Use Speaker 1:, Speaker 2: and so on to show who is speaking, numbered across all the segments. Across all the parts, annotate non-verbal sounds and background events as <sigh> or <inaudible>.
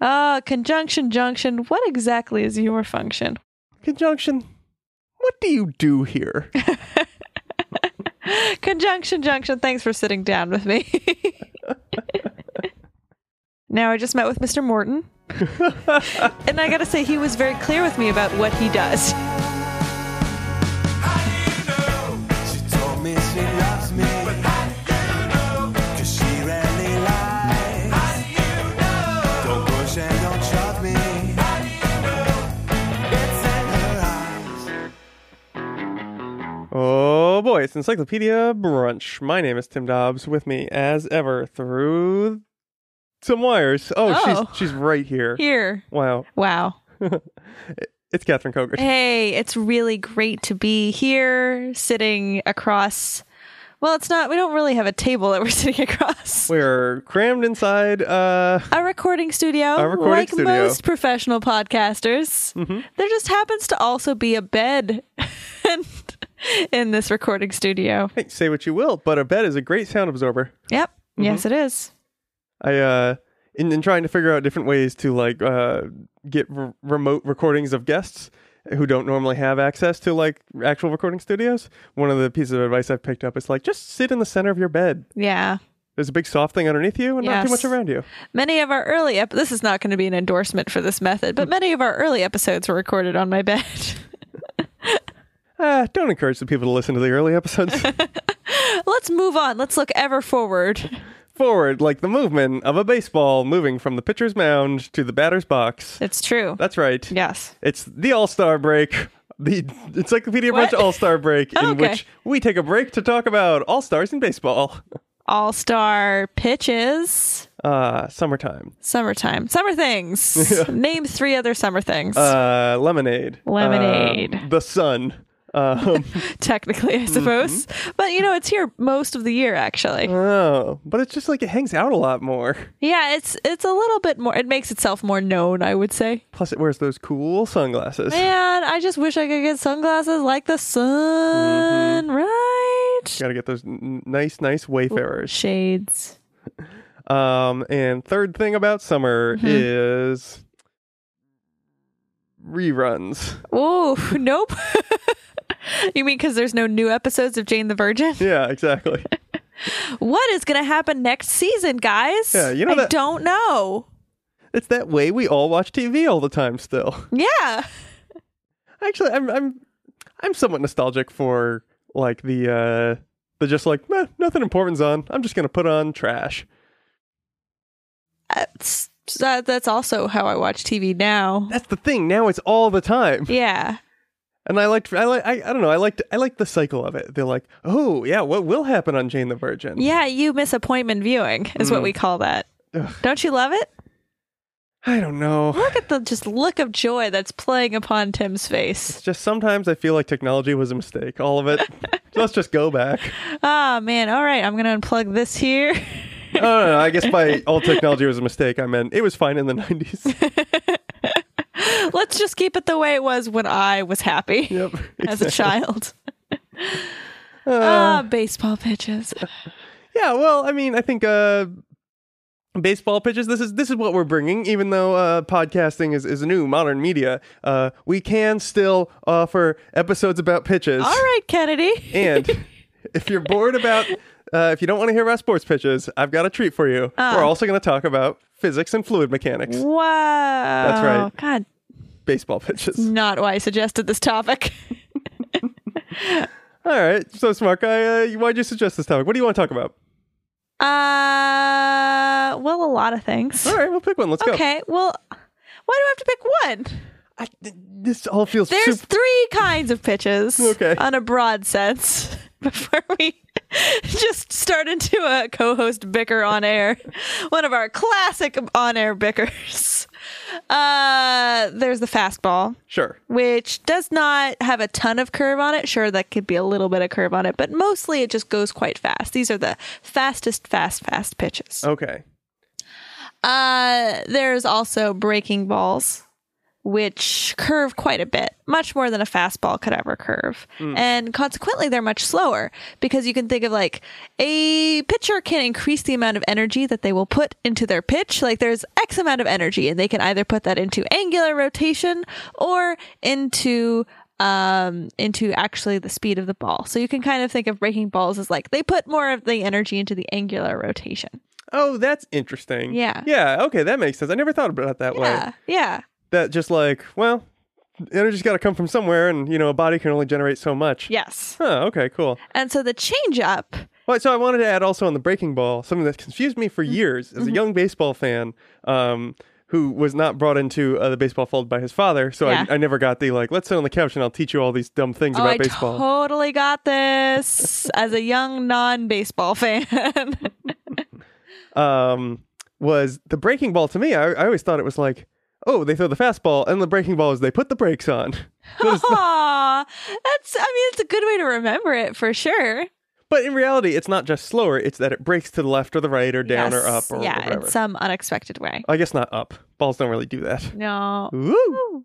Speaker 1: Ah, conjunction, junction. What exactly is your function?
Speaker 2: Conjunction, what do you do here?
Speaker 1: Conjunction, junction. Thanks for sitting down with me. <laughs> now, I just met with Mr. Morton. and I gotta say, he was very clear with me about what he does.
Speaker 3: How do you know?
Speaker 4: She told me she loves me, cause she rarely lies. Don't push and don't shove me. It's in her eyes.
Speaker 2: <laughs> Oh boy, it's Encyclopedia Brunch. My name is Tim Dobbs. With me, as ever, through some wires. Oh,
Speaker 1: Oh.
Speaker 2: she's she's right here.
Speaker 1: Here.
Speaker 2: Wow,
Speaker 1: Wow.
Speaker 2: it's Catherine Koger.
Speaker 1: Hey, it's really great to be here sitting across. Well, it's not, we don't really have a table that we're <laughs> sitting across.
Speaker 2: We're crammed inside. Uh, <laughs>
Speaker 1: a recording studio,
Speaker 2: A recording
Speaker 1: like
Speaker 2: studio. Mm-hmm.
Speaker 1: most professional podcasters. There just happens to also be a bed <laughs> in this recording studio.
Speaker 2: hey, say what you will, but a bed is a great sound absorber.
Speaker 1: Yep.
Speaker 2: Mm-hmm.
Speaker 1: Yes, it is.
Speaker 2: I uh in, in trying to figure out different ways to like uh get r- remote recordings of guests who don't normally have access to like actual recording studios. One of the pieces of advice I've picked up is like just sit in the center of your bed.
Speaker 1: Yeah.
Speaker 2: There's a big soft thing underneath you and not too
Speaker 1: Yes.
Speaker 2: much around you.
Speaker 1: Many of our early ep- this is not going to be an endorsement for this method, but many of our early episodes were recorded on my bed. <laughs>
Speaker 2: Uh, don't encourage the people to listen to the early episodes.
Speaker 1: Let's move on. Let's look ever forward.
Speaker 2: Forward, like the movement of a baseball moving from the pitcher's mound to the batter's box.
Speaker 1: It's true.
Speaker 2: That's right.
Speaker 1: Yes.
Speaker 2: It's the All Star Break, the Encyclopedia
Speaker 1: What?
Speaker 2: Brunch All Star Break,
Speaker 1: Oh,
Speaker 2: in
Speaker 1: okay.
Speaker 2: which we take a break to talk about all stars in baseball.
Speaker 1: All-star pitches.
Speaker 2: Uh, summertime.
Speaker 1: Summertime. Summer
Speaker 2: <laughs>
Speaker 1: things. Name three other summer things.
Speaker 2: Uh, lemonade.
Speaker 1: Lemonade.
Speaker 2: Um, the sun.
Speaker 1: <laughs>
Speaker 2: Um,
Speaker 1: technically, I suppose.
Speaker 2: Mm-hmm.
Speaker 1: But you know, it's here most of the year actually.
Speaker 2: oh, but it's just like it hangs out a lot more.
Speaker 1: Yeah, it's it's a little bit more it makes itself more known, I would
Speaker 2: <laughs>
Speaker 1: say.
Speaker 2: Plus, it wears those cool sunglasses.
Speaker 1: Man, I just wish I could get sunglasses like the sun,
Speaker 2: Mm-hmm.
Speaker 1: right?
Speaker 2: Gotta get those n- nice, nice wayfarers.
Speaker 1: Shades.
Speaker 2: Um, and third thing about summer
Speaker 1: Mm-hmm.
Speaker 2: is reruns.
Speaker 1: Ooh, <laughs> nope. you mean because there's no new episodes of Jane the
Speaker 2: <laughs>
Speaker 1: Virgin?
Speaker 2: Yeah, exactly.
Speaker 1: What is going to happen next season, guys?
Speaker 2: Yeah, you know
Speaker 1: I
Speaker 2: that-
Speaker 1: don't know.
Speaker 2: it's that way we all watch TV all the time still.
Speaker 1: Yeah.
Speaker 2: Actually, I'm I'm I'm somewhat nostalgic for like the uh the just like "Meh, nothing important's on. I'm just gonna put on trash.
Speaker 1: That's, that, that's also how I watch TV
Speaker 2: <laughs>
Speaker 1: now.
Speaker 2: That's the thing. Now it's all the time,
Speaker 1: Yeah.
Speaker 2: and I liked I like I, I don't know I liked I liked the cycle of it. They're like, oh yeah, what will happen on Jane the Virgin?
Speaker 1: Yeah, you miss appointment viewing is what we call that.
Speaker 2: Mm. Ugh.
Speaker 1: Don't you love it?
Speaker 2: I don't know.
Speaker 1: Look at the just look of joy that's playing upon Tim's face.
Speaker 2: Just sometimes I feel like technology was a mistake.
Speaker 1: <laughs>
Speaker 2: All of it. Let's just go back.
Speaker 1: Ah man, all right, I'm gonna unplug this here. <laughs>
Speaker 2: No, no, no. I guess by all technology was a mistake, I meant it was fine in
Speaker 1: <laughs>
Speaker 2: the '90s.
Speaker 1: Let's just keep it the way it was when I was happy
Speaker 2: Yep.
Speaker 1: <laughs> as a
Speaker 2: <laughs>
Speaker 1: child.
Speaker 2: Uh.
Speaker 1: Ah, baseball pitches.
Speaker 2: Yeah, well, I mean, I think uh baseball pitches this is this is what we're bringing even though uh podcasting is is new modern media. Uh we can still offer episodes about pitches.
Speaker 1: All right, Kennedy.
Speaker 2: And if you're bored about uh if you don't want to hear about sports pitches, I've got a treat for you.
Speaker 1: Ah.
Speaker 2: We're also going to talk about physics and fluid mechanics,
Speaker 1: Wow. That's
Speaker 2: right.
Speaker 1: God,
Speaker 2: baseball pitches.
Speaker 1: not why I suggested this topic. <laughs>
Speaker 2: All right. So smart guy, uh, why'd you suggest this topic? What do you want to talk about?
Speaker 1: Uh, well, a lot of things.
Speaker 2: All right, we'll pick one. Let's go.
Speaker 1: Okay, well, why do I have to pick one?
Speaker 2: I, th- this all feels
Speaker 1: There's
Speaker 2: super-
Speaker 1: three kinds of pitches
Speaker 2: Okay.
Speaker 1: on a broad sense <laughs> before we just start into a co host bicker on air. One of our classic on air bickers. <laughs> Uh, there's the fastball,
Speaker 2: sure.
Speaker 1: which does not have a ton of curve on it. Sure, that could be a little bit of curve on it, but mostly it just goes quite fast. These are the fastest, fast, fast pitches.
Speaker 2: Okay.
Speaker 1: Uh, there's also breaking balls. which curve quite a bit, much more than a fastball could ever curve. And consequently, they're much slower because you can think of like a pitcher can increase the amount of energy that they will put into their pitch. Like there's X amount of energy, and they can either put that into angular rotation or into um into actually the speed of the ball. So you can kind of think of breaking balls as like they put more of the energy into the angular rotation.
Speaker 2: Oh, that's interesting.
Speaker 1: Yeah.
Speaker 2: Yeah. Okay, that makes sense. I never thought about it that way.
Speaker 1: Yeah. Yeah.
Speaker 2: That just like, well, energy's got to come from somewhere, and you know, a body can only generate so much.
Speaker 1: Yes.
Speaker 2: Huh, okay, cool.
Speaker 1: And so the change up
Speaker 2: Well, so I wanted to add also on the breaking ball something that confused me for
Speaker 1: Mm-hmm.
Speaker 2: years as a young baseball fan um, who was not brought into uh, the baseball fold by his father. So
Speaker 1: Yeah.
Speaker 2: I, I never got the like, let's sit on the couch and I'll teach you all these dumb things
Speaker 1: Oh,
Speaker 2: about
Speaker 1: I
Speaker 2: baseball.
Speaker 1: totally got this as a young non-baseball fan. <laughs>
Speaker 2: um, was the breaking ball to me. I, I always thought it was like, oh, they throw the fastball, and the breaking ball is they put the brakes on.
Speaker 1: <laughs> Aw, that's I mean it's a good way to remember it for sure.
Speaker 2: but in reality, it's not just slower; it's that it breaks to the left or the right or down or up
Speaker 1: Yes.
Speaker 2: or
Speaker 1: yeah,
Speaker 2: whatever.
Speaker 1: in some unexpected way.
Speaker 2: I guess not up. Balls don't really do that.
Speaker 1: No.
Speaker 2: Ooh.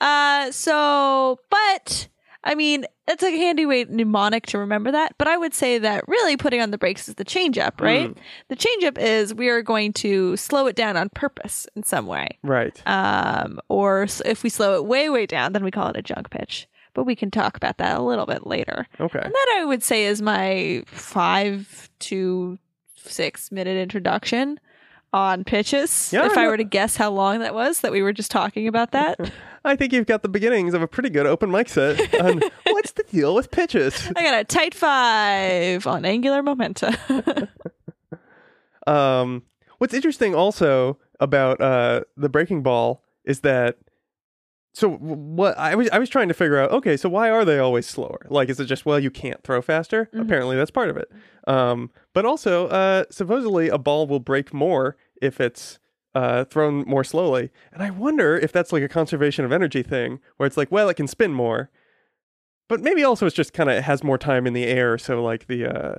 Speaker 1: Uh so but I mean it's a handy way mnemonic to remember that, but I would say that really putting on the brakes is the change up, right?
Speaker 2: Mm.
Speaker 1: The change up is we are going to slow it down on purpose in some way.
Speaker 2: Right.
Speaker 1: um, or s- if we slow it way way down, then we call it a junk pitch. But we can talk about that a little bit later.
Speaker 2: Okay.
Speaker 1: And that I would say is my five to six minute introduction on pitches.
Speaker 2: Yeah,
Speaker 1: if I
Speaker 2: no-
Speaker 1: were to guess how long that was, that we were just talking about
Speaker 2: <laughs>
Speaker 1: that.
Speaker 2: I think you've got the beginnings of a pretty good open
Speaker 1: <laughs>
Speaker 2: mic set on what's the deal with pitches.
Speaker 1: I got a tight five on angular momentum. <laughs>
Speaker 2: Um, what's interesting also about uh, the breaking ball is that. So w- what I was I was trying to figure out. Okay, so why are they always slower? Like, is it just well you can't throw faster? Apparently that's part of it. Um, but also, uh, supposedly a ball will break more if it's uh, thrown more slowly. And I wonder if that's like a conservation of energy thing, where it's like, well, it can spin more, but maybe also it's just kind of has more time in the air, so like the uh,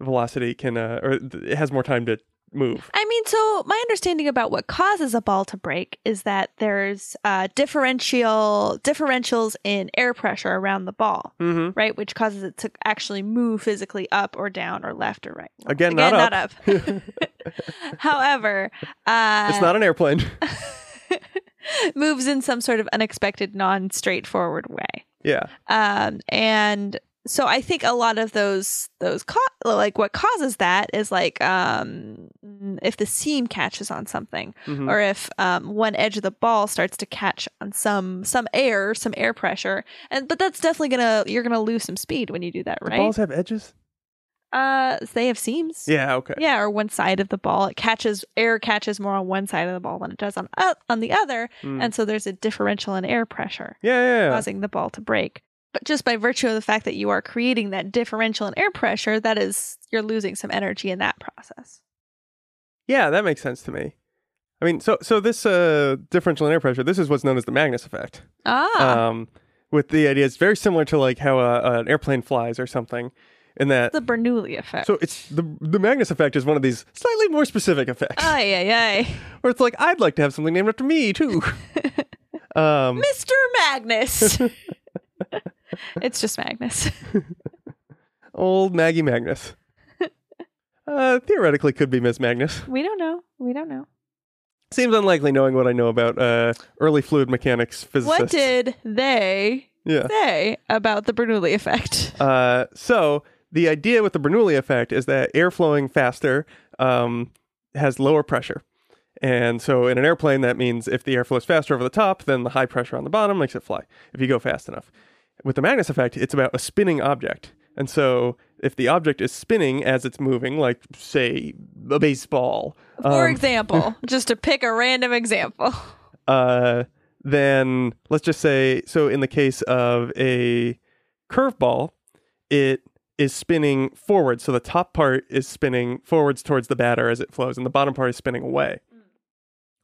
Speaker 2: velocity can uh, or th- it has more time to move.
Speaker 1: I mean, so my understanding about what causes a ball to break is that there's uh, differential differentials in air pressure around the ball.
Speaker 2: Mm-hmm.
Speaker 1: right? Which causes it to actually move physically up or down or left or right.
Speaker 2: Again, not up.
Speaker 1: <laughs> However, uh,
Speaker 2: It's not an airplane. <laughs>
Speaker 1: moves in some sort of unexpected, non straightforward way. <laughs>
Speaker 2: yeah.
Speaker 1: Um, and so I think a lot of those those co- like what causes that is like um, if the seam catches on something
Speaker 2: Mhm.
Speaker 1: or if um, one edge of the ball starts to catch on some some air some air pressure and but that's definitely gonna you're gonna lose some speed when you do that right
Speaker 2: Balls have edges.
Speaker 1: Uh, they have seams.
Speaker 2: Yeah. Okay.
Speaker 1: Yeah, or one side of the ball. It catches air catches more on one side of the ball than it does on uh, on the other,
Speaker 2: Mm.
Speaker 1: and so there's a differential in air pressure
Speaker 2: Yeah. Yeah. yeah.
Speaker 1: causing the ball to break. But just by virtue of the fact that you are creating that differential in air pressure, that is you're losing some energy in that process.
Speaker 2: Yeah, that makes sense to me. I mean, so so this uh, differential in air pressure, this is what's known as the Magnus effect.
Speaker 1: Ah,
Speaker 2: Um, with the idea, it's very similar to like how uh, an airplane flies or something, in that.
Speaker 1: the Bernoulli effect.
Speaker 2: so it's the the Magnus effect is one of these slightly more specific effects,
Speaker 1: Ay ay
Speaker 2: <laughs>
Speaker 1: ay,
Speaker 2: where it's like I'd like to have something named after
Speaker 1: <laughs>
Speaker 2: me too. um,
Speaker 1: Mr.
Speaker 2: <laughs>
Speaker 1: Magnus. it's just Magnus. <laughs>
Speaker 2: old Maggie Magnus. Uh, theoretically, could be Miss Magnus.
Speaker 1: We don't know. We don't know.
Speaker 2: Seems unlikely, knowing what I know about uh, early fluid mechanics physicists.
Speaker 1: What did
Speaker 2: <laughs>
Speaker 1: they
Speaker 2: Yeah.
Speaker 1: say about the Bernoulli effect?
Speaker 2: Uh, so the idea with the Bernoulli effect is that air flowing faster um, has lower pressure. And so in an airplane, that means if the air flows faster over the top, then the high pressure on the bottom makes it fly if you go fast enough. With the Magnus effect, it's about a spinning object. And so if the object is spinning as it's moving, like, say, a baseball,
Speaker 1: For
Speaker 2: um, <laughs>
Speaker 1: example, just to pick a random example.
Speaker 2: uh, then let's just say so in the case of a curveball, it is spinning forward. So the top part is spinning forwards towards the batter as it flows, and the bottom part is spinning away.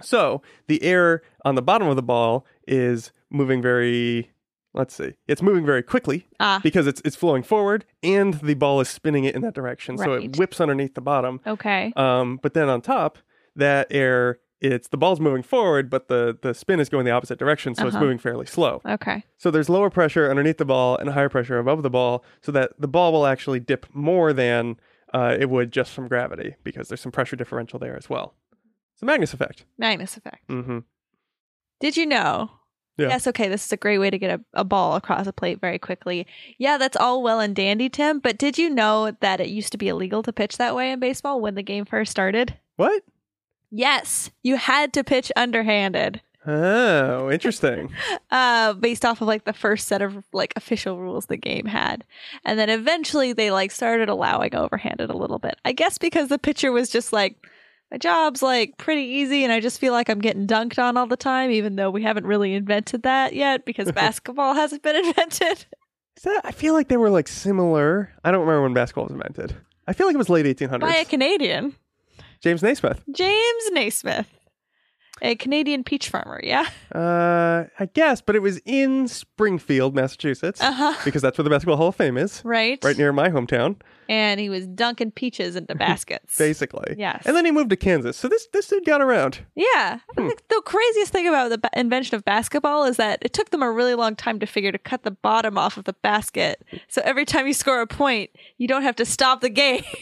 Speaker 2: So the air on the bottom of the ball is moving very let's see. It's moving very quickly
Speaker 1: Ah,
Speaker 2: because it's it's flowing forward and the ball is spinning it in that direction. So
Speaker 1: Right.
Speaker 2: it whips underneath the bottom.
Speaker 1: okay.
Speaker 2: Um, but then on top, that air it's the ball's moving forward, but the the spin is going the opposite direction, so it's
Speaker 1: Uh-huh.
Speaker 2: moving fairly slow.
Speaker 1: Okay.
Speaker 2: So there's lower pressure underneath the ball and higher pressure above the ball, so that the ball will actually dip more than uh, it would just from gravity because there's some pressure differential there as well. It's the Magnus effect.
Speaker 1: Magnus effect.
Speaker 2: Mm-hmm.
Speaker 1: Did you know?
Speaker 2: Yeah.
Speaker 1: Yes, okay, this is a great way to get a, a ball across a plate very quickly. Yeah, that's all well and dandy, Tim, but did you know that it used to be illegal to pitch that way in baseball when the game first started?
Speaker 2: What?
Speaker 1: Yes, you had to pitch underhanded <laughs>
Speaker 2: Oh, interesting.
Speaker 1: uh, based off of like the first set of like official rules the game had. And then eventually they like started allowing overhanded a little bit. I guess because the pitcher was just like, my job's like pretty easy and I just feel like I'm getting dunked on all the time, even though we haven't really invented that yet because basketball hasn't been invented.
Speaker 2: Is that, I feel like they were like similar. I don't remember when basketball was invented. I feel like it was late 1800s.
Speaker 1: By a Canadian,
Speaker 2: James Naismith.
Speaker 1: James Naismith, a Canadian peach farmer. Yeah.
Speaker 2: Uh, I guess, but it was in Springfield, Massachusetts,
Speaker 1: Uh-huh.
Speaker 2: because that's where the Basketball Hall of Fame is,
Speaker 1: Right.
Speaker 2: right near my hometown,
Speaker 1: and he was dunking peaches into baskets.
Speaker 2: basically.
Speaker 1: Yes.
Speaker 2: And then he moved to Kansas, so this this dude got around.
Speaker 1: Yeah.
Speaker 2: Hmm.
Speaker 1: I think the craziest thing about the ba- invention of basketball is that it took them a really long time to figure to cut the bottom off of the basket. So every time you score a point, you don't have to stop the game. <laughs>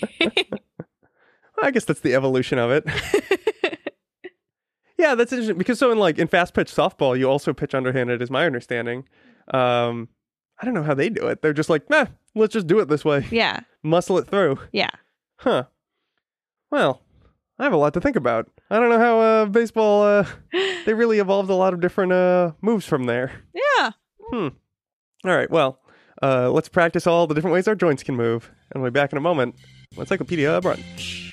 Speaker 2: I guess that's the evolution of it.
Speaker 1: <laughs>
Speaker 2: yeah, that's interesting because so in like in fast pitch softball, you also pitch underhanded, is my understanding. Um, I don't know how they do it. They're just like, nah, let's just do it this way,
Speaker 1: yeah.
Speaker 2: muscle it through.
Speaker 1: Yeah.
Speaker 2: Huh. Well, I have a lot to think about. I don't know how uh, baseball, uh, they really evolved a lot of different uh, moves from there.
Speaker 1: Yeah.
Speaker 2: All right, well, uh, let's practice all the different ways our joints can move. And we'll be back in a moment. Encyclopedia Brunch.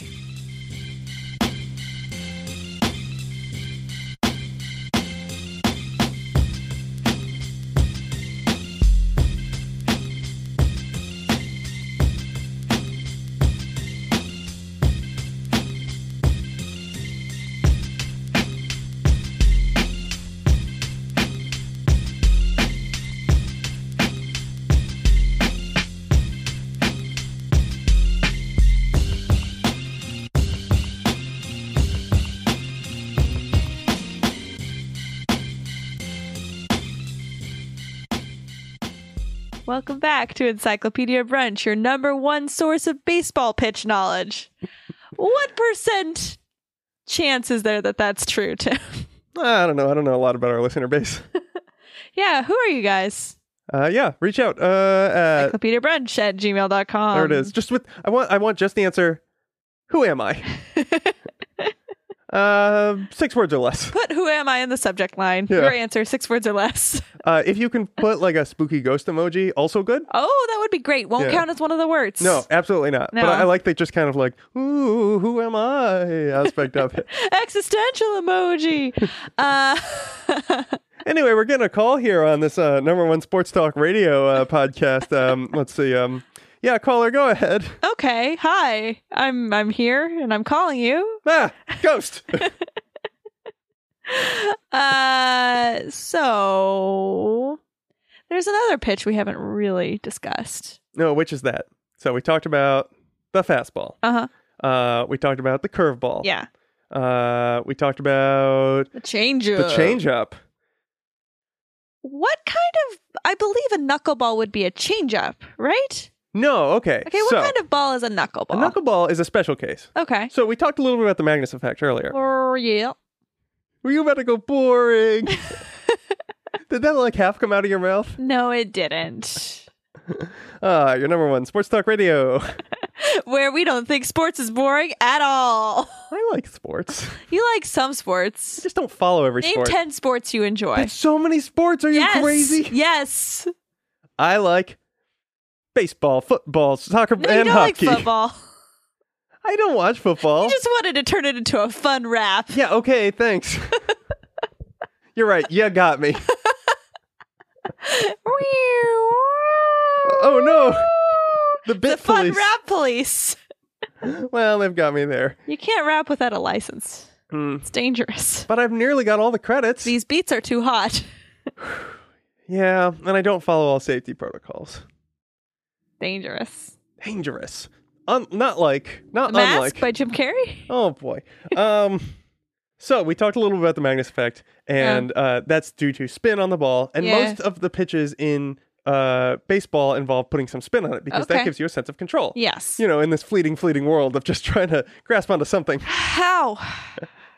Speaker 1: Welcome back to Encyclopedia Brunch, your number one source of baseball pitch knowledge. what percent chance is there that that's true, Tim? <laughs>
Speaker 2: I don't know. I don't know a lot about our listener base.
Speaker 1: yeah. Who are you guys?
Speaker 2: Uh, yeah, reach out. Uh, at,
Speaker 1: Encyclopedia Brunch at gmail.com.
Speaker 2: there it is. Just with I want I want just the answer. Who am I? uh, six words or less.
Speaker 1: Put who am I in the subject line.
Speaker 2: Yeah.
Speaker 1: Your answer, six words or less. <laughs>
Speaker 2: Uh, if you can put like a spooky ghost emoji, also good.
Speaker 1: Oh, that would be great. Won't
Speaker 2: Yeah.
Speaker 1: count as one of the words.
Speaker 2: No, absolutely not. But
Speaker 1: No.
Speaker 2: I, I like they just kind of like, ooh, who am I aspect
Speaker 1: <laughs>
Speaker 2: of it.
Speaker 1: <laughs> Existential emoji. uh, <laughs>
Speaker 2: Anyway, we're getting a call here on this uh, number one sports talk radio uh, podcast. Um, let's see. Um, yeah, caller, go ahead.
Speaker 1: okay. Hi. I'm I'm here and I'm calling you.
Speaker 2: Ah, ghost. <laughs>
Speaker 1: Uh so there's another pitch we haven't really discussed.
Speaker 2: no, which is that? So we talked about the fastball.
Speaker 1: Uh-huh.
Speaker 2: Uh, we talked about the curveball.
Speaker 1: Yeah.
Speaker 2: Uh, we talked about
Speaker 1: The change
Speaker 2: the changeup.
Speaker 1: What kind of I believe a knuckleball would be a change up, right?
Speaker 2: No, okay.
Speaker 1: Okay, what
Speaker 2: so,
Speaker 1: kind of ball is a knuckleball?
Speaker 2: a knuckleball is a special case.
Speaker 1: okay.
Speaker 2: So we talked a little bit about the Magnus effect earlier.
Speaker 1: Or yeah.
Speaker 2: Were you about to go
Speaker 1: <laughs>
Speaker 2: boring? Did that like half come out of your mouth?
Speaker 1: No, it didn't. <laughs>
Speaker 2: Ah, your number one sports talk radio.
Speaker 1: Where we don't think sports is boring at all. <laughs>
Speaker 2: I like sports. I
Speaker 1: You like some sports.
Speaker 2: just don't follow every
Speaker 1: Name
Speaker 2: sport.
Speaker 1: 10 sports you enjoy.
Speaker 2: There's so many sports. Are you
Speaker 1: yes.
Speaker 2: crazy?
Speaker 1: Yes.
Speaker 2: I like baseball, football, soccer,
Speaker 1: No, you
Speaker 2: and
Speaker 1: don't
Speaker 2: hockey. Oh.
Speaker 1: like football.
Speaker 2: I don't watch football.
Speaker 1: You just wanted to turn it into a fun
Speaker 2: <laughs>
Speaker 1: rap.
Speaker 2: Yeah,
Speaker 1: <laughs>
Speaker 2: okay, thanks. You're right. You got me. Oh
Speaker 1: <laughs>
Speaker 2: no. The
Speaker 1: the
Speaker 2: bit
Speaker 1: fun
Speaker 2: police.
Speaker 1: rap police.
Speaker 2: Well, they've got me there.
Speaker 1: You can't rap without a license.
Speaker 2: Hmm.
Speaker 1: It's dangerous.
Speaker 2: But I've nearly got all the credits.
Speaker 1: These beats are too hot.
Speaker 2: yeah, and I don't follow all safety protocols.
Speaker 1: Dangerous.
Speaker 2: Dangerous. Un- not like, not
Speaker 1: The Mask
Speaker 2: unlike.
Speaker 1: by Jim Carrey.
Speaker 2: oh boy. Um So we talked a little bit about the Magnus effect, and uh, that's due to spin on the ball. And
Speaker 1: Yeah.
Speaker 2: most of the pitches in uh, baseball involve putting some spin on it because
Speaker 1: Okay.
Speaker 2: that gives you a sense of control.
Speaker 1: Yes.
Speaker 2: You know, in this fleeting, fleeting world of just trying to grasp onto something.
Speaker 1: How?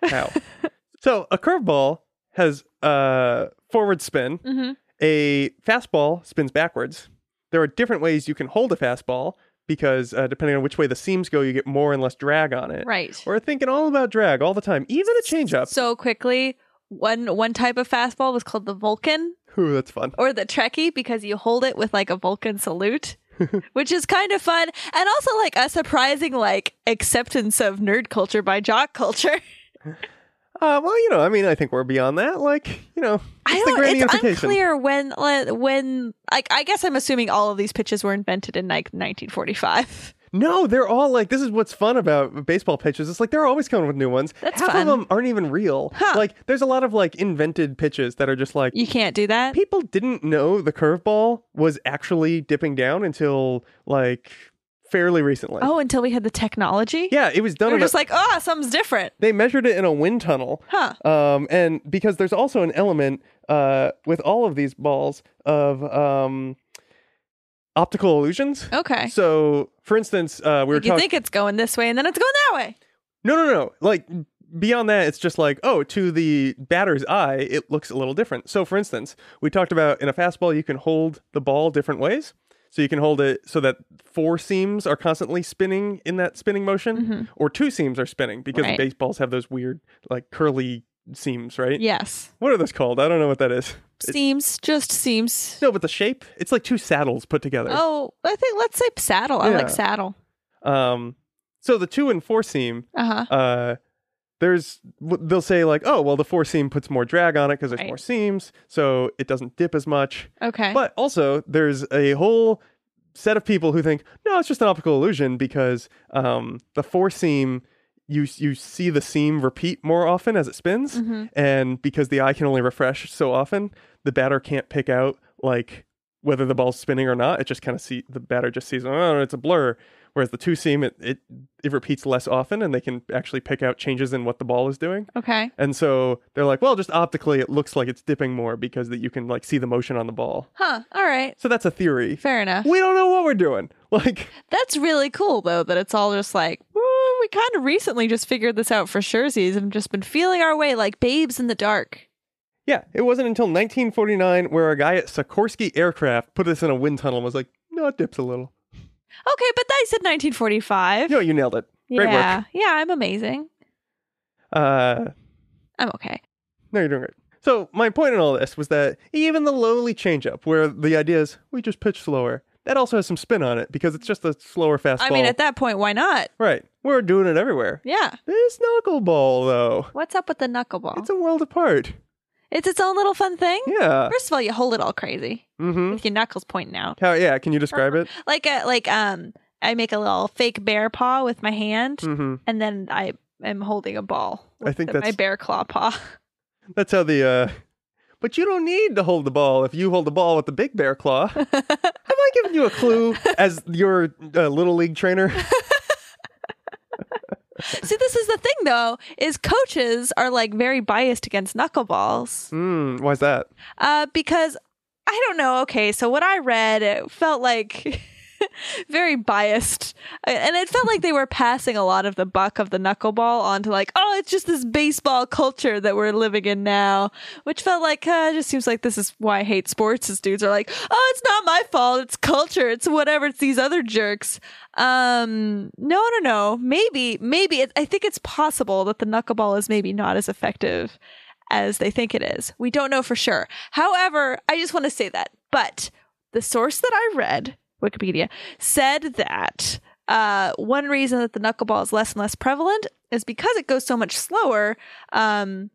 Speaker 2: How? <laughs> so a curveball has uh, forward spin.
Speaker 1: Mm-hmm.
Speaker 2: A fastball spins backwards. There are different ways you can hold a fastball because uh, depending on which way the seams go, you get more and less drag on it.
Speaker 1: Right.
Speaker 2: We're thinking all about drag all the time, even a changeup.
Speaker 1: So quickly, one one type of fastball was called the Vulcan
Speaker 2: Ooh, that's fun.
Speaker 1: or the Trekkie because you hold it with like a Vulcan
Speaker 2: <laughs>
Speaker 1: salute, which is kind of fun and also like a surprising like acceptance of nerd culture by jock
Speaker 2: <laughs>
Speaker 1: culture.
Speaker 2: Uh, well, you know, I mean, I think we're beyond that. Like, you know,
Speaker 1: I
Speaker 2: it's the
Speaker 1: don't. It's
Speaker 2: grandification.
Speaker 1: unclear when like, when like I guess I'm assuming all of these pitches were invented in like 1945.
Speaker 2: no, they're all like, this is what's fun about baseball pitches. It's like they're always coming with new ones.
Speaker 1: That's
Speaker 2: Half
Speaker 1: fun.
Speaker 2: of them aren't even real.
Speaker 1: Huh.
Speaker 2: Like, there's a lot of like invented pitches that are just like
Speaker 1: <laughs> You can't do that.
Speaker 2: people didn't know the curveball was actually dipping down until like fairly recently.
Speaker 1: Oh, until we had the technology.
Speaker 2: Yeah, it was done.
Speaker 1: we were
Speaker 2: in a-
Speaker 1: just like, oh, something's different.
Speaker 2: they measured it in a wind tunnel.
Speaker 1: Huh.
Speaker 2: Um, and because there's also an element uh, with all of these balls of um, optical illusions.
Speaker 1: Okay.
Speaker 2: So, for instance, uh, we were
Speaker 1: Like, you
Speaker 2: talking.
Speaker 1: think it's going this way and then it's going that way.
Speaker 2: no, no, no. Like beyond that, it's just like oh, to the batter's eye, it looks a little different. So, for instance, we talked about in a fastball, you can hold the ball different ways. So you can hold it so that four seams are constantly spinning in that spinning motion, or two seams are spinning because
Speaker 1: Right.
Speaker 2: baseballs have those weird like curly seams, right?
Speaker 1: Yes.
Speaker 2: What are those called? I don't know what that is.
Speaker 1: Seems just seems.
Speaker 2: No, but the shape, it's like two saddles put together.
Speaker 1: Oh, I think let's say saddle. I like
Speaker 2: Yeah.
Speaker 1: saddle.
Speaker 2: Um, so the two and four seam,
Speaker 1: Uh huh.
Speaker 2: <laughs> uh, there's w- they'll say like, oh, well, the four seam puts more drag on it because there's
Speaker 1: Right.
Speaker 2: more seams, so it doesn't dip as much.
Speaker 1: Okay.
Speaker 2: But also, there's a whole set of people who think, no, it's just an optical illusion because um, the four seam. You, you see the seam repeat more often as it spins, and because the eye can only refresh so often, the batter can't pick out like whether the ball's spinning or not. It just kind of see the batter just sees oh it's a blur. Whereas the two seam it, it it repeats less often, and they can actually pick out changes in what the ball is doing.
Speaker 1: okay.
Speaker 2: And so they're like, well, just optically, it looks like it's dipping more because that you can like see the motion on the ball.
Speaker 1: Huh. All right.
Speaker 2: So that's a theory.
Speaker 1: Fair enough.
Speaker 2: We don't know what we're doing. <laughs> Like,
Speaker 1: That's really cool though. That it's all just like "Ooh, we kind of recently just figured this out for surezies and just been feeling our way like babes in the dark.
Speaker 2: yeah, it wasn't until 1949 where a guy at Sikorsky Aircraft put this in a wind tunnel and was like, no, it dips a little.
Speaker 1: Okay, but I said 1945.
Speaker 2: No, you nailed it. Great
Speaker 1: yeah.
Speaker 2: work.
Speaker 1: Yeah. I'm amazing.
Speaker 2: Uh,
Speaker 1: I'm okay.
Speaker 2: no, you're doing great. So my point in all this was that even the lowly changeup, where the idea is we just pitch slower, that also has some spin on it because it's just a slower fastball.
Speaker 1: I mean, at that point, why not?
Speaker 2: right, we're doing it everywhere.
Speaker 1: Yeah.
Speaker 2: This knuckleball, though,
Speaker 1: What's up with the knuckleball?
Speaker 2: it's a world apart.
Speaker 1: it's its own little fun thing.
Speaker 2: Yeah.
Speaker 1: First of all, you hold it all crazy
Speaker 2: Mm-hmm.
Speaker 1: with your knuckles pointing out,
Speaker 2: How? Yeah. Can you describe it?
Speaker 1: like a like um. I make a little fake bear paw with my hand,
Speaker 2: Mm-hmm.
Speaker 1: and then I am holding a ball.
Speaker 2: I think
Speaker 1: with my
Speaker 2: that's-
Speaker 1: bear claw paw. <laughs>
Speaker 2: That's how the. uh But you don't need to hold the ball if you hold the ball with the big
Speaker 1: <laughs>
Speaker 2: bear claw. Have I given you a clue as your uh, little league
Speaker 1: <laughs>
Speaker 2: trainer?
Speaker 1: See, this is the thing though, is coaches are like very biased against knuckleballs
Speaker 2: Mm, why's that?
Speaker 1: uh, because I don't know. Okay, so what I read it felt like <laughs> very biased, Uh, and it felt like they were passing a lot of the buck of the knuckleball onto like, oh, it's just this baseball culture that we're living in now, which felt like uh, it just seems like this is why I hate sports. Is dudes are like, oh, it's not my fault. It's culture. It's whatever. It's these other jerks. Um, no, no, no. Maybe, maybe it, I think it's possible that the knuckleball is maybe not as effective as they think it is. We don't know for sure. However, I just want to say that. But the source that I read, Wikipedia, said that uh, one reason that the knuckleball is less and less prevalent is because it goes so much slower. Um,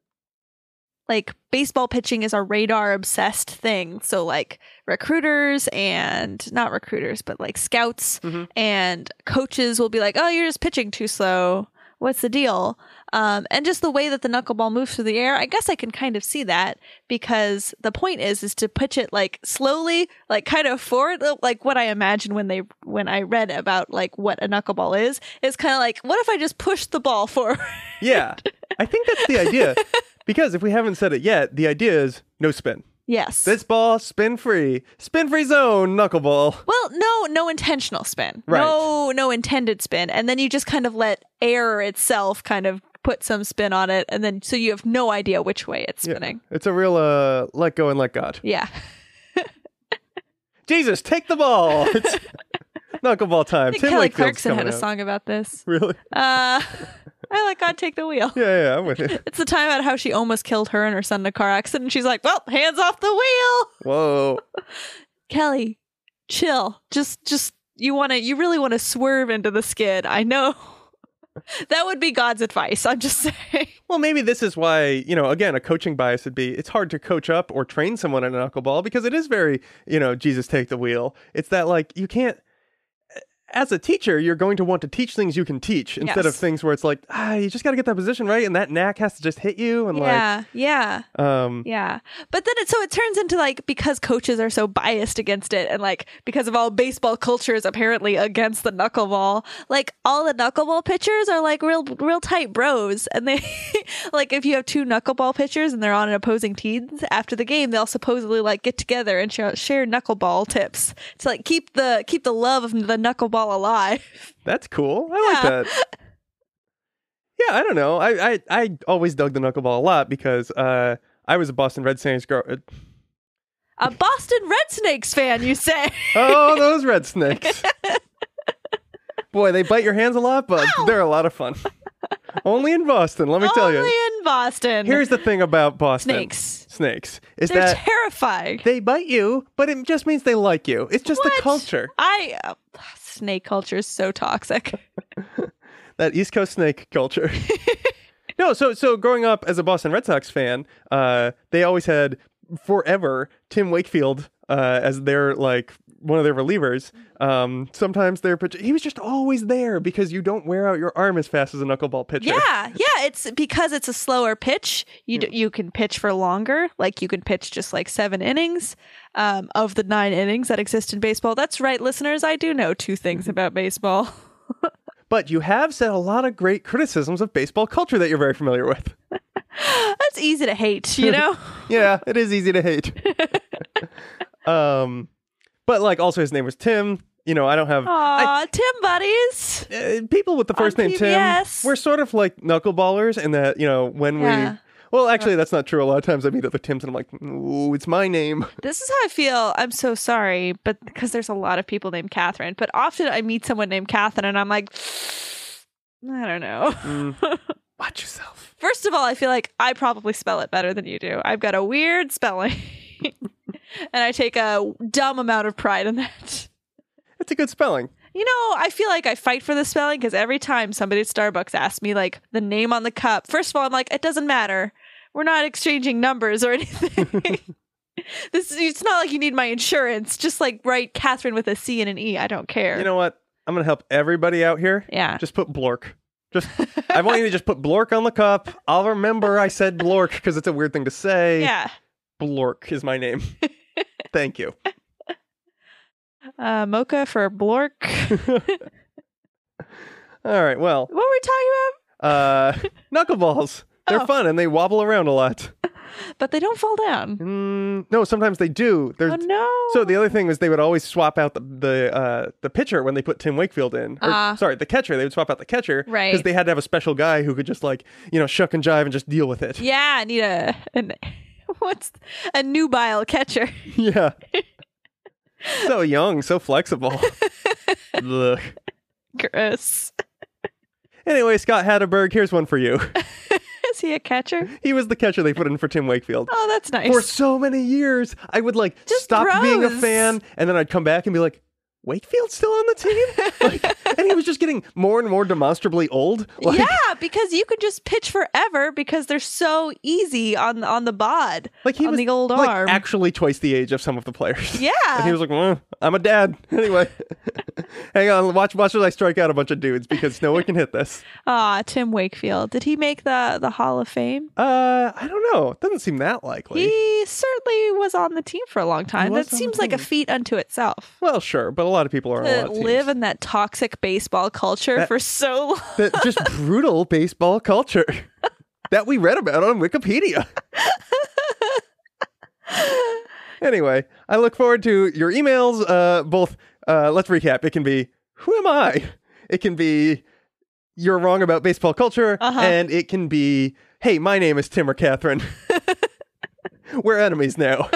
Speaker 1: like baseball pitching is a radar obsessed thing. So, like recruiters and not recruiters, but like scouts
Speaker 2: Mhm.
Speaker 1: and coaches will be like, oh, you're just pitching too slow. What's the deal? Um, and just the way that the knuckleball moves through the air, I guess I can kind of see that because the point is is to pitch it like slowly, like kind of forward, uh, like what I imagine when they when I read about like what a knuckleball is, is kind of like what if I just push the ball forward? <laughs>
Speaker 2: Yeah. I think that's the idea. because if we haven't said it yet, the idea is no spin.
Speaker 1: Yes.
Speaker 2: This ball, spin free. Spin free zone, knuckleball.
Speaker 1: well, no, no intentional spin.
Speaker 2: Right.
Speaker 1: No, no intended spin. And then you just kind of let air itself kind of put some spin on it and then so you have no idea which way it's
Speaker 2: Yeah.
Speaker 1: spinning.
Speaker 2: It's a real uh, let go and let God.
Speaker 1: Yeah.
Speaker 2: Jesus, take the ball. <laughs> It's knuckleball time.
Speaker 1: I think
Speaker 2: Tim
Speaker 1: Kelly
Speaker 2: Wakefield's
Speaker 1: Clarkson had
Speaker 2: coming
Speaker 1: a
Speaker 2: out.
Speaker 1: song about this.
Speaker 2: Really?
Speaker 1: Uh I let God take the wheel.
Speaker 2: Yeah, yeah, I'm with you.
Speaker 1: It's the time about how she almost killed her and her son in a car accident. And she's like, "Well, hands off the wheel,
Speaker 2: Whoa.
Speaker 1: Kelly. Chill. Just, just you want to, you really want to swerve into the skid. I know. <laughs> that would be God's advice. I'm just <laughs> saying.
Speaker 2: Well, maybe this is why, you know, again, a coaching bias would be it's hard to coach up or train someone in a knuckleball because it is very, you know, Jesus take the wheel. It's that, like, you can't, as a teacher, you're going to want to teach things you can teach instead of
Speaker 1: Yes.
Speaker 2: things where it's like, ah, you just got to get that position right and that knack has to just hit you. And,
Speaker 1: yeah, yeah,
Speaker 2: like, um,
Speaker 1: yeah. But then it so it turns into like because coaches are so biased against it, and like because of all baseball culture is apparently against the knuckleball. Like all the knuckleball pitchers are like real, real tight bros, and they <laughs> like if you have two knuckleball pitchers and they're on opposing teams after the game, they'll supposedly like get together and share, share knuckleball tips to like keep the keep the love of the knuckleball alive.
Speaker 2: That's cool. I
Speaker 1: Yeah.
Speaker 2: like that. Yeah, I don't know. I, I I always dug the knuckleball a lot because uh, I was a Boston Red Saints girl. uh,
Speaker 1: A Boston Red Snakes fan, you say?
Speaker 2: Oh, those red
Speaker 1: <laughs>
Speaker 2: snakes! Boy, they bite your hands a lot, but they're a lot of fun. Only in Boston, let me tell
Speaker 1: Only
Speaker 2: you.
Speaker 1: in Boston.
Speaker 2: Here's the thing about Boston
Speaker 1: Snakes.
Speaker 2: Snakes is
Speaker 1: They're
Speaker 2: that
Speaker 1: terrifying.
Speaker 2: they bite you, but it just means they like you. It's just the
Speaker 1: What?
Speaker 2: culture.
Speaker 1: I uh, snake culture is so toxic.
Speaker 2: that East Coast snake culture. <laughs> no, so so growing up as a Boston Red Sox fan, uh, they always had forever Tim Wakefield uh, as their like one of their relievers. Um, sometimes their pitcher, he was just always there because you don't wear out your arm as fast as a knuckleball pitcher.
Speaker 1: yeah, yeah. It's because it's a slower pitch. You d- you can pitch for longer. Like you can pitch just like seven innings um, of the nine innings that exist in baseball. That's right, listeners. I do know two things about baseball. <laughs>
Speaker 2: But you have said a lot of great criticisms of baseball culture that you're very familiar with.
Speaker 1: That's easy to hate, you <laughs> know.
Speaker 2: yeah, it is easy
Speaker 1: <laughs>
Speaker 2: to hate. um, but like also his name was Tim. You know, I don't have I-
Speaker 1: Aw, Tim buddies.
Speaker 2: uh, people with the first
Speaker 1: On
Speaker 2: name Tim,
Speaker 1: PBS.
Speaker 2: we're sort of like knuckleballers in that, you know, when
Speaker 1: Yeah. Uh.
Speaker 2: we. Well, actually, that's not true. A lot of times I meet other Tims and I'm like, ooh, it's my name.
Speaker 1: This is how I feel. I'm so sorry, but because there's a lot of people named Catherine, but often I meet someone named Catherine, and I'm like, <sighs> I don't know.
Speaker 2: Mm.
Speaker 1: <laughs>
Speaker 2: Watch yourself.
Speaker 1: First of all, I feel like I probably spell it better than you do. I've got a weird spelling. <laughs> and I take a dumb amount of pride in that.
Speaker 2: It's a good spelling.
Speaker 1: You know, I feel like I fight for the spelling because every time somebody at Starbucks asks me, like, the name on the cup, first of all, I'm like, it doesn't matter. We're not exchanging numbers or <laughs> anything.
Speaker 2: <laughs>
Speaker 1: this is, It's not like you need my insurance. Just like write Catherine with a C and an E. I don't care.
Speaker 2: You know what? I'm going to help everybody out here.
Speaker 1: yeah.
Speaker 2: Just put Blork.
Speaker 1: <laughs>
Speaker 2: Just, I want you to just put Blork on the cup. I'll remember I said Blork because it's a weird thing to say.
Speaker 1: yeah.
Speaker 2: Blork is
Speaker 1: <laughs>
Speaker 2: my name. Thank you.
Speaker 1: Uh, mocha for Blork.
Speaker 2: <laughs>
Speaker 1: what
Speaker 2: All right. Well,
Speaker 1: were we talking <laughs>
Speaker 2: uh, knuckleballs. They're
Speaker 1: Oh.
Speaker 2: fun and they wobble around a lot.
Speaker 1: about? But they don't fall down.
Speaker 2: Mm, no, sometimes they do. There's,
Speaker 1: Oh, no.
Speaker 2: So the other thing was they would always swap out the the, uh, the pitcher when they put Tim Wakefield in. Or,
Speaker 1: Ah.
Speaker 2: sorry, the catcher. They would swap out the catcher
Speaker 1: Right.
Speaker 2: because they had to have a special guy who could just like you know shuck and jive and just deal with it. <laughs>
Speaker 1: Yeah, I need a an <laughs> what's a nubile catcher. <laughs>
Speaker 2: Yeah. so young,
Speaker 1: <laughs>
Speaker 2: so flexible. Look.
Speaker 1: Gross. <laughs>
Speaker 2: Anyway, Scott Hatterberg, here's one for you.
Speaker 1: Is he a catcher?
Speaker 2: He was the catcher they put in for Tim Wakefield.
Speaker 1: Oh, that's nice.
Speaker 2: For so many years, I would like
Speaker 1: Just
Speaker 2: stop being a
Speaker 1: throws.
Speaker 2: fan, and then I'd come back and be like, "Wakefield's still on the
Speaker 1: <laughs>
Speaker 2: team," like, and he was just getting more and more demonstrably old. <laughs> Like,
Speaker 1: yeah, because you could just pitch forever because they're so easy on on the bod.
Speaker 2: Like he
Speaker 1: on
Speaker 2: was
Speaker 1: the old
Speaker 2: like,
Speaker 1: arm.
Speaker 2: actually twice the age of some of the players.
Speaker 1: Yeah.
Speaker 2: and he was like, "Well, "I'm a dad." <laughs> Anyway, hang on, watch, watch as I strike out a bunch of dudes because no one can hit this.
Speaker 1: Ah, Tim Wakefield. Did he make the the Hall of Fame?
Speaker 2: Uh, I don't know. It doesn't seem that likely.
Speaker 1: He certainly was on the team for a long time.
Speaker 2: was
Speaker 1: That
Speaker 2: on the
Speaker 1: seems like a
Speaker 2: team.
Speaker 1: feat unto itself.
Speaker 2: well, sure, but a lot of people are on a lot
Speaker 1: To
Speaker 2: of teams.
Speaker 1: live in that toxic baseball culture
Speaker 2: That-
Speaker 1: for so <laughs> long.
Speaker 2: that just brutal baseball culture. <laughs> that we read about on Wikipedia. anyway, I look forward to your emails. Uh, both, uh, let's recap. It can be who am I? It can be you're wrong about baseball culture,
Speaker 1: Uh-huh.
Speaker 2: and it can be hey, my name is Tim
Speaker 1: <laughs>
Speaker 2: or Catherine. We're enemies now.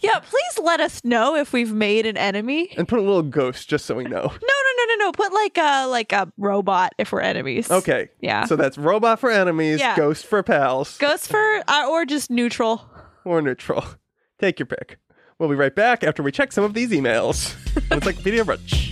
Speaker 1: Yeah, please let us know if we've made an enemy.
Speaker 2: And put a little ghost just so we know.
Speaker 1: No, no, no, no, no. Put like a like a robot if we're enemies.
Speaker 2: Okay.
Speaker 1: Yeah.
Speaker 2: So that's robot for enemies,
Speaker 1: Yeah.
Speaker 2: ghost for pals,
Speaker 1: Goes for uh, or just neutral.
Speaker 2: or neutral. <laughs> Take your pick. We'll be right back after we check some of these emails. <laughs> it's like video brunch.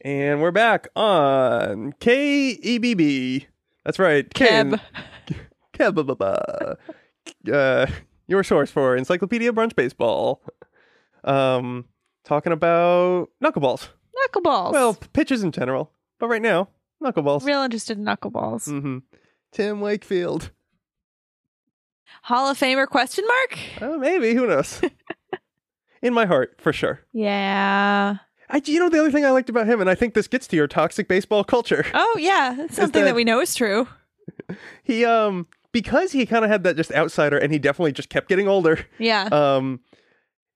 Speaker 2: And we're back on KEBB. That's right.
Speaker 1: Keb.
Speaker 2: Keb. Uh, your source for Encyclopedia Brunch Baseball. Um, talking about knuckleballs.
Speaker 1: Knuckleballs.
Speaker 2: Well, pitches in general, but right now, knuckleballs.
Speaker 1: real interested in knuckleballs.
Speaker 2: Mm-hmm. Tim Wakefield.
Speaker 1: Hall of Famer question mark?
Speaker 2: Oh, maybe. Who knows? In my heart, for sure.
Speaker 1: Yeah.
Speaker 2: I, you know, the other thing I liked about him, and I think this gets to your toxic baseball culture. <laughs>
Speaker 1: Oh yeah, that's something
Speaker 2: that-
Speaker 1: that... we know is true.
Speaker 2: He, um, because he kind of had that just outsider, and he definitely just kept getting older. <laughs>
Speaker 1: Yeah.
Speaker 2: Um,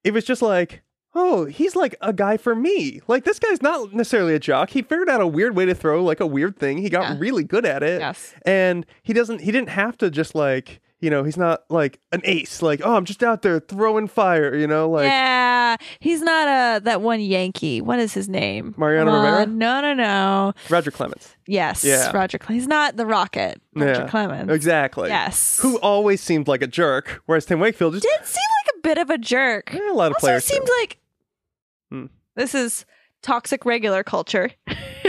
Speaker 2: it was just like, oh, he's like a guy for me. Like this guy's not necessarily a jock. He figured out a weird way to throw like a weird thing. He got
Speaker 1: Yeah.
Speaker 2: really good at it.
Speaker 1: yes.
Speaker 2: and he doesn't he didn't have to just like you know he's not like an ace like oh i'm just out there throwing fire you know like
Speaker 1: yeah. He's not a that one Yankee. What is his name?
Speaker 2: Mariano
Speaker 1: Come on.
Speaker 2: Rivera?
Speaker 1: No, no, no.
Speaker 2: roger clemens
Speaker 1: Yes.
Speaker 2: Yeah.
Speaker 1: Roger Clemens. He's not the Rocket. Roger
Speaker 2: Yeah.
Speaker 1: Clemens.
Speaker 2: exactly
Speaker 1: Yes.
Speaker 2: who always seemed like a jerk whereas tim wakefield just
Speaker 1: did seem like a bit of a jerk.
Speaker 2: Eh, a lot of
Speaker 1: also
Speaker 2: players
Speaker 1: seemed
Speaker 2: do.
Speaker 1: like
Speaker 2: Hmm.
Speaker 1: this is toxic regular culture. <laughs>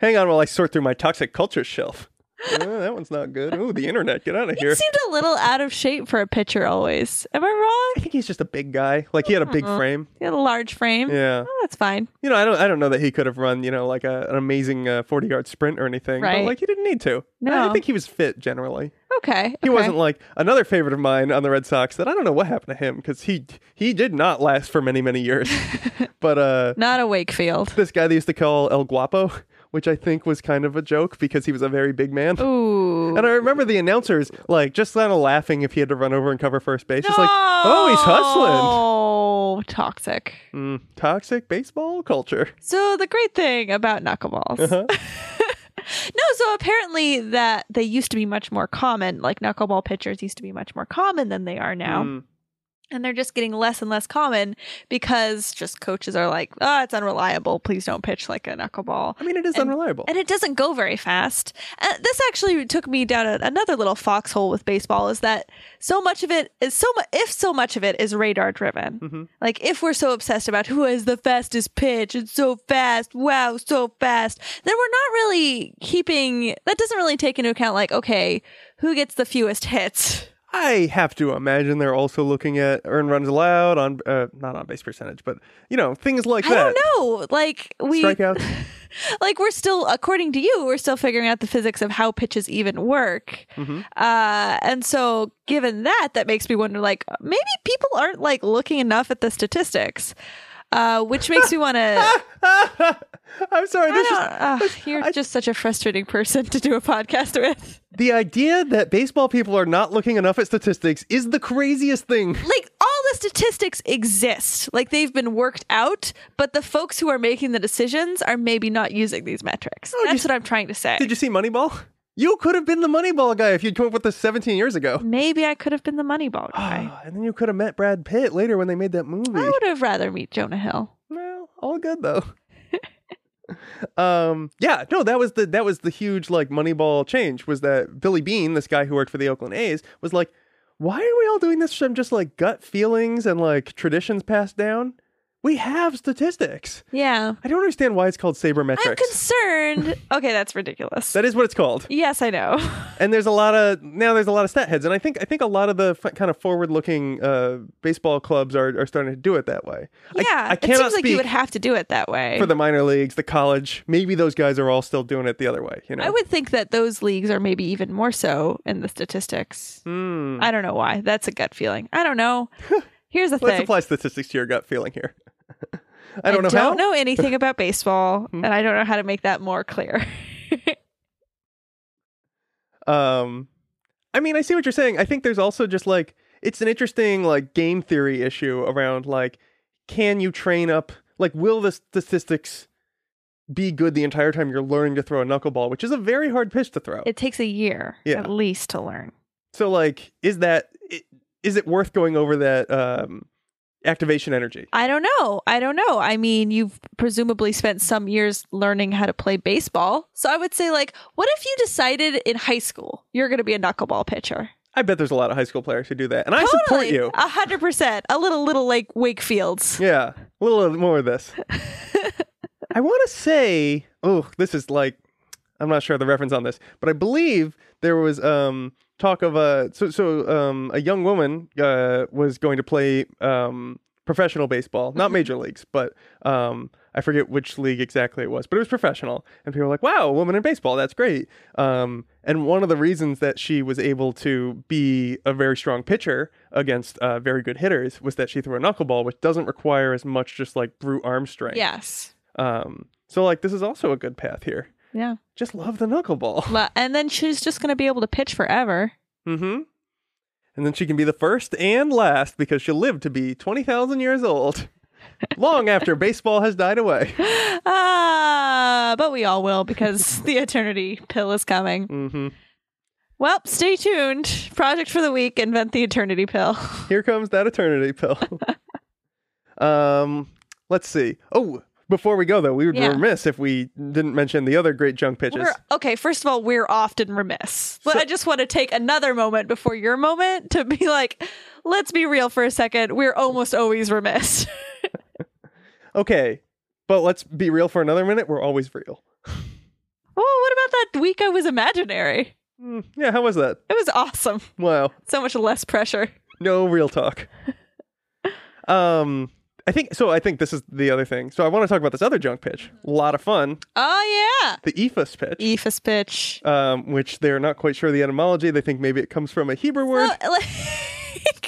Speaker 2: hang on while i sort through my toxic culture shelf Oh, that one's not good oh the internet get out of
Speaker 1: He
Speaker 2: here
Speaker 1: seemed a little out of shape for a pitcher always. Am I
Speaker 2: i
Speaker 1: wrong?
Speaker 2: think he's just a big guy like he had a big
Speaker 1: Aw.
Speaker 2: frame
Speaker 1: He had a large frame.
Speaker 2: yeah
Speaker 1: Oh, that's fine.
Speaker 2: you know i don't i don't know that he could have run you know like a, an amazing uh, 40 yard sprint or anything but
Speaker 1: Right.
Speaker 2: like he didn't need to I, I
Speaker 1: No.
Speaker 2: think he was fit generally
Speaker 1: Okay.
Speaker 2: He
Speaker 1: okay.
Speaker 2: wasn't like another favorite of mine on the Red Sox that I don't know what happened to him because he he did not last for many
Speaker 1: <laughs>
Speaker 2: many years. but uh,
Speaker 1: not a Wakefield.
Speaker 2: this guy they used to call El Guapo, which I think was kind of a joke because he was a very big man.
Speaker 1: Ooh.
Speaker 2: And I remember the announcers like just kind of laughing if he had to run over and cover first base. Just like, oh, he's hustling.
Speaker 1: Oh, toxic.
Speaker 2: Mm, toxic baseball culture.
Speaker 1: So the great thing about knuckleballs.
Speaker 2: Uh-huh.
Speaker 1: <laughs> No, so apparently that they used to be much more common. Like knuckleball pitchers used to be much more common than they are now.
Speaker 2: Mm,
Speaker 1: and they're just getting less and less common because just coaches are like, oh, it's unreliable. Please don't pitch like a knuckleball.
Speaker 2: I mean, it is unreliable.
Speaker 1: And it doesn't go very fast. Uh, this actually took me down a, another little foxhole with baseball is that so much of it is so much, if so much of it is radar driven.
Speaker 2: Mhm.
Speaker 1: Like, if we're so obsessed about who has the fastest pitch, it's so fast, wow, so fast, then we're not really keeping, that doesn't really take into account, like, okay, who gets the fewest hits?
Speaker 2: I have to imagine they're also looking at earned runs allowed on uh, not on base percentage, but you know things like
Speaker 1: I
Speaker 2: that.
Speaker 1: don't know. Like we
Speaker 2: Strikeouts.
Speaker 1: like we're still according to you, we're still figuring out the physics of how pitches even work.
Speaker 2: Mhm.
Speaker 1: Uh and so given that that makes me wonder like maybe people aren't like looking enough at the statistics. Uh which makes <laughs> me want to
Speaker 2: <laughs> I'm sorry. This is
Speaker 1: uh, you're just such a frustrating person to do a podcast with.
Speaker 2: the idea that baseball people are not looking enough at statistics is the craziest thing. <laughs>
Speaker 1: Like all the statistics exist. Like they've been worked out, but the folks who are making the decisions are maybe not using these metrics. That's what I'm trying to say.
Speaker 2: Did you see Moneyball? You could have been the Moneyball guy if you'd come up with this 17 years ago.
Speaker 1: Maybe I could have been the Moneyball guy.
Speaker 2: <sighs> and then you could have met Brad Pitt later when they made that movie.
Speaker 1: I would have rather meet Jonah Hill.
Speaker 2: Well, all good though. um, yeah, no, that was the that was the huge like Moneyball change was that Billy Bean, this guy who worked for the Oakland A's, was like, why are we all doing this from just like gut feelings and like traditions passed down? We have statistics.
Speaker 1: Yeah.
Speaker 2: I don't understand why it's called
Speaker 1: I'm
Speaker 2: sabermetrics. <laughs>
Speaker 1: concerned. okay, that's ridiculous.
Speaker 2: that is what it's called.
Speaker 1: yes, I know.
Speaker 2: And there's a lot of now there's a lot of stat heads, and I think I think a lot of the f- kind of forward-looking uh, baseball clubs are, are starting to do it that way. I-
Speaker 1: yeah.
Speaker 2: I,
Speaker 1: it
Speaker 2: cannot
Speaker 1: seems like you
Speaker 2: speak
Speaker 1: would have to do it that way.
Speaker 2: for the minor leagues, the college. Maybe those guys are all still doing it the other way. You know,
Speaker 1: I would think that those leagues are maybe even more so in the statistics.
Speaker 2: Hmm.
Speaker 1: I don't know why. That's a gut feeling. I don't know. Here's the
Speaker 2: <laughs> Let's
Speaker 1: thing.
Speaker 2: apply statistics to your gut feeling here. <laughs> I don't know
Speaker 1: don't
Speaker 2: how. Hmm.
Speaker 1: know anything about
Speaker 2: <laughs>
Speaker 1: baseball, and I don't know how to make that more clear.
Speaker 2: Um, I mean, I see what you're saying. I think there's also just like it's an interesting like game theory issue around like can you train up like will the statistics be good the entire time you're learning to throw a knuckleball, which is a very hard pitch to throw.
Speaker 1: it takes a year
Speaker 2: Oh. Yeah.
Speaker 1: at least to learn.
Speaker 2: so like, is that i- is it worth going over that um activation energy?
Speaker 1: I don't know. I don't know. I mean, you've presumably spent some years learning how to play baseball. So I would say, like, what if you decided in high school you're going to be a knuckleball pitcher?
Speaker 2: I bet there's a lot of high school players who do that, and I support
Speaker 1: Totally.
Speaker 2: you.
Speaker 1: A hundred percent. A little, little like Wakefields.
Speaker 2: Yeah, a little more of this. I want to say, oh, this is like, I'm not sure of the reference on this, but I believe there was um, talk of a so so um, a young woman uh, was going to play um, professional baseball, not major leagues, but um, I forget which league exactly it was, but it was professional, and people were like, "Wow, a woman in baseball, that's great." Um, and one of the reasons that she was able to be a very strong pitcher against uh, very good hitters was that she threw a knuckleball, which doesn't require as much just like brute arm strength.
Speaker 1: Yes.
Speaker 2: Um, so like this is also a good path here.
Speaker 1: Yeah.
Speaker 2: Just love the knuckleball. <laughs>
Speaker 1: Lo- And then she's just going to be able to pitch forever. <gasps>
Speaker 2: Mm-hmm. And then she can be the first and last because she'll live to be twenty thousand years <laughs> old, long after baseball has died away.
Speaker 1: Ah, but we all will
Speaker 2: <laughs>
Speaker 1: because the eternity pill is coming.
Speaker 2: Mm-hmm.
Speaker 1: Well, stay tuned. Project for the week: invent the eternity pill.
Speaker 2: Here comes that eternity <laughs> pill. um, let's see. Oh, before we go though, we would
Speaker 1: Yeah.
Speaker 2: be remiss if we didn't mention the other great junk pitches.
Speaker 1: We're, okay, first of all, we're often remiss. But I just want to take another moment before your moment to be like, let's be real for a second. We're almost always remiss. <laughs>
Speaker 2: Okay, but let's be real for another minute. We're always real.
Speaker 1: oh, what about that week I was imaginary?
Speaker 2: Mm, yeah, how was that?
Speaker 1: It was awesome.
Speaker 2: Wow.
Speaker 1: So much less pressure.
Speaker 2: no real talk.
Speaker 1: <laughs>
Speaker 2: um, I think so. I think this is the other thing. So I want to talk about this other junk pitch.
Speaker 1: Mm-hmm.
Speaker 2: A lot of fun.
Speaker 1: Oh, yeah.
Speaker 2: The E ephus pitch,
Speaker 1: Ephus pitch.
Speaker 2: um, which they're not quite sure of the etymology. They think maybe it comes from a Hebrew word.
Speaker 1: Oh, like, <laughs>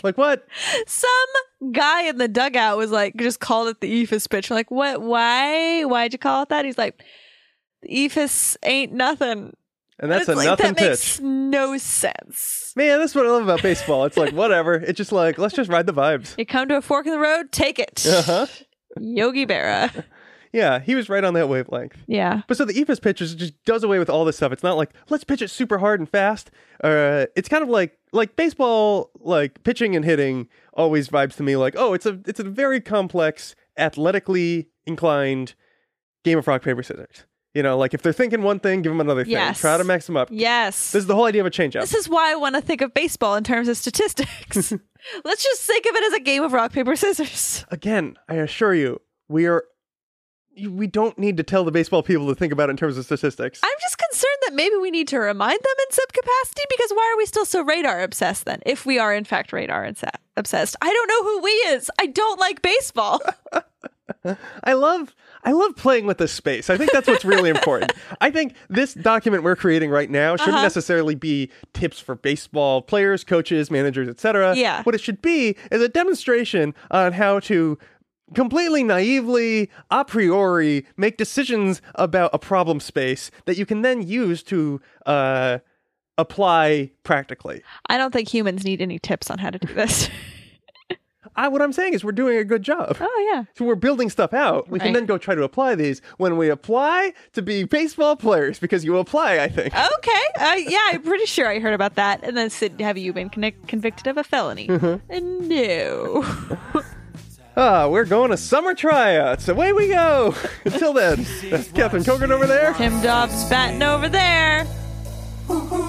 Speaker 2: Like what?
Speaker 1: some guy in the dugout was like, just called it the Ephus pitch. We're like, what? Why? Why'd you call it that? He's like, the Ephus ain't nothing.
Speaker 2: And that's
Speaker 1: It's
Speaker 2: a
Speaker 1: like,
Speaker 2: nothing
Speaker 1: that
Speaker 2: pitch.
Speaker 1: makes no sense.
Speaker 2: Man, that's what I love about baseball.
Speaker 1: <laughs>
Speaker 2: It's like whatever. It's just like let's just ride the vibes.
Speaker 1: You come to a fork in the road, take it.
Speaker 2: Uh-huh.
Speaker 1: Yogi
Speaker 2: <laughs>
Speaker 1: Berra.
Speaker 2: Yeah, he was right on that wavelength.
Speaker 1: Yeah.
Speaker 2: But so the E Ephus pitch is, just does away with all this stuff. It's not like let's pitch it super hard and fast. Uh, it's kind of like like baseball, like pitching and hitting always vibes to me like oh, it's a it's a very complex, athletically inclined game of rock paper scissors. You know, like if they're thinking one thing, give them another thing.
Speaker 1: Yes.
Speaker 2: Try to max them up.
Speaker 1: Yes.
Speaker 2: This is the whole idea of a changeup.
Speaker 1: This is why I want to think of baseball in terms of
Speaker 2: <laughs>
Speaker 1: statistics. Let's just think of it as a game of rock, paper, scissors.
Speaker 2: Again, I assure you, we are we don't need to tell the baseball people to think about it in terms of statistics.
Speaker 1: I'm just concerned that maybe we need to remind them in some capacity because why are we still so radar obsessed then? If we are in fact radar insa- obsessed, I don't know who we is. I don't like
Speaker 2: <laughs>
Speaker 1: baseball.
Speaker 2: I love I love playing with this space. I think that's what's really important. I think this document we're creating right now shouldn't necessarily be tips for baseball players, coaches, managers, etc.
Speaker 1: Yeah.
Speaker 2: What it should be is a demonstration on how to completely naively a priori make decisions about a problem space that you can then use to uh, apply practically.
Speaker 1: I don't think humans need any tips on how to do this.
Speaker 2: <laughs> I, what I'm saying is we're doing a good job.
Speaker 1: oh yeah.
Speaker 2: So we're building stuff out. We
Speaker 1: Right.
Speaker 2: can then go try to apply these when we apply to be baseball players because you apply, I think.
Speaker 1: Okay. Uh, yeah, I'm pretty sure I heard about that. And then said, have you been connect- convicted of a felony? And no.
Speaker 2: Ah, we're going to summer tryouts. Away we go. <laughs> Until then, that's Catherine Cogan over there.
Speaker 1: Tim Dobbs batting over there.
Speaker 4: Woo!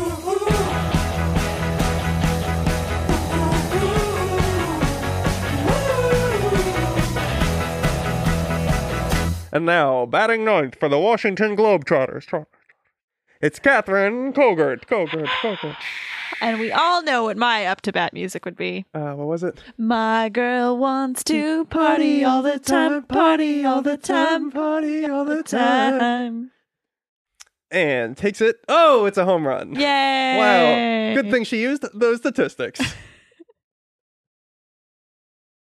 Speaker 2: And now, batting ninth for the Washington Globetrotters. Trot- It's Catherine Kogert. Kogert. Kogert.
Speaker 1: And we all know what my up to bat music would be.
Speaker 2: Uh, what was it?
Speaker 1: My girl wants to party all the time, party all the time,
Speaker 2: party all the
Speaker 1: time.
Speaker 2: And takes it. Oh, it's a home run.
Speaker 1: Yay!
Speaker 2: Wow. Good thing she used those statistics.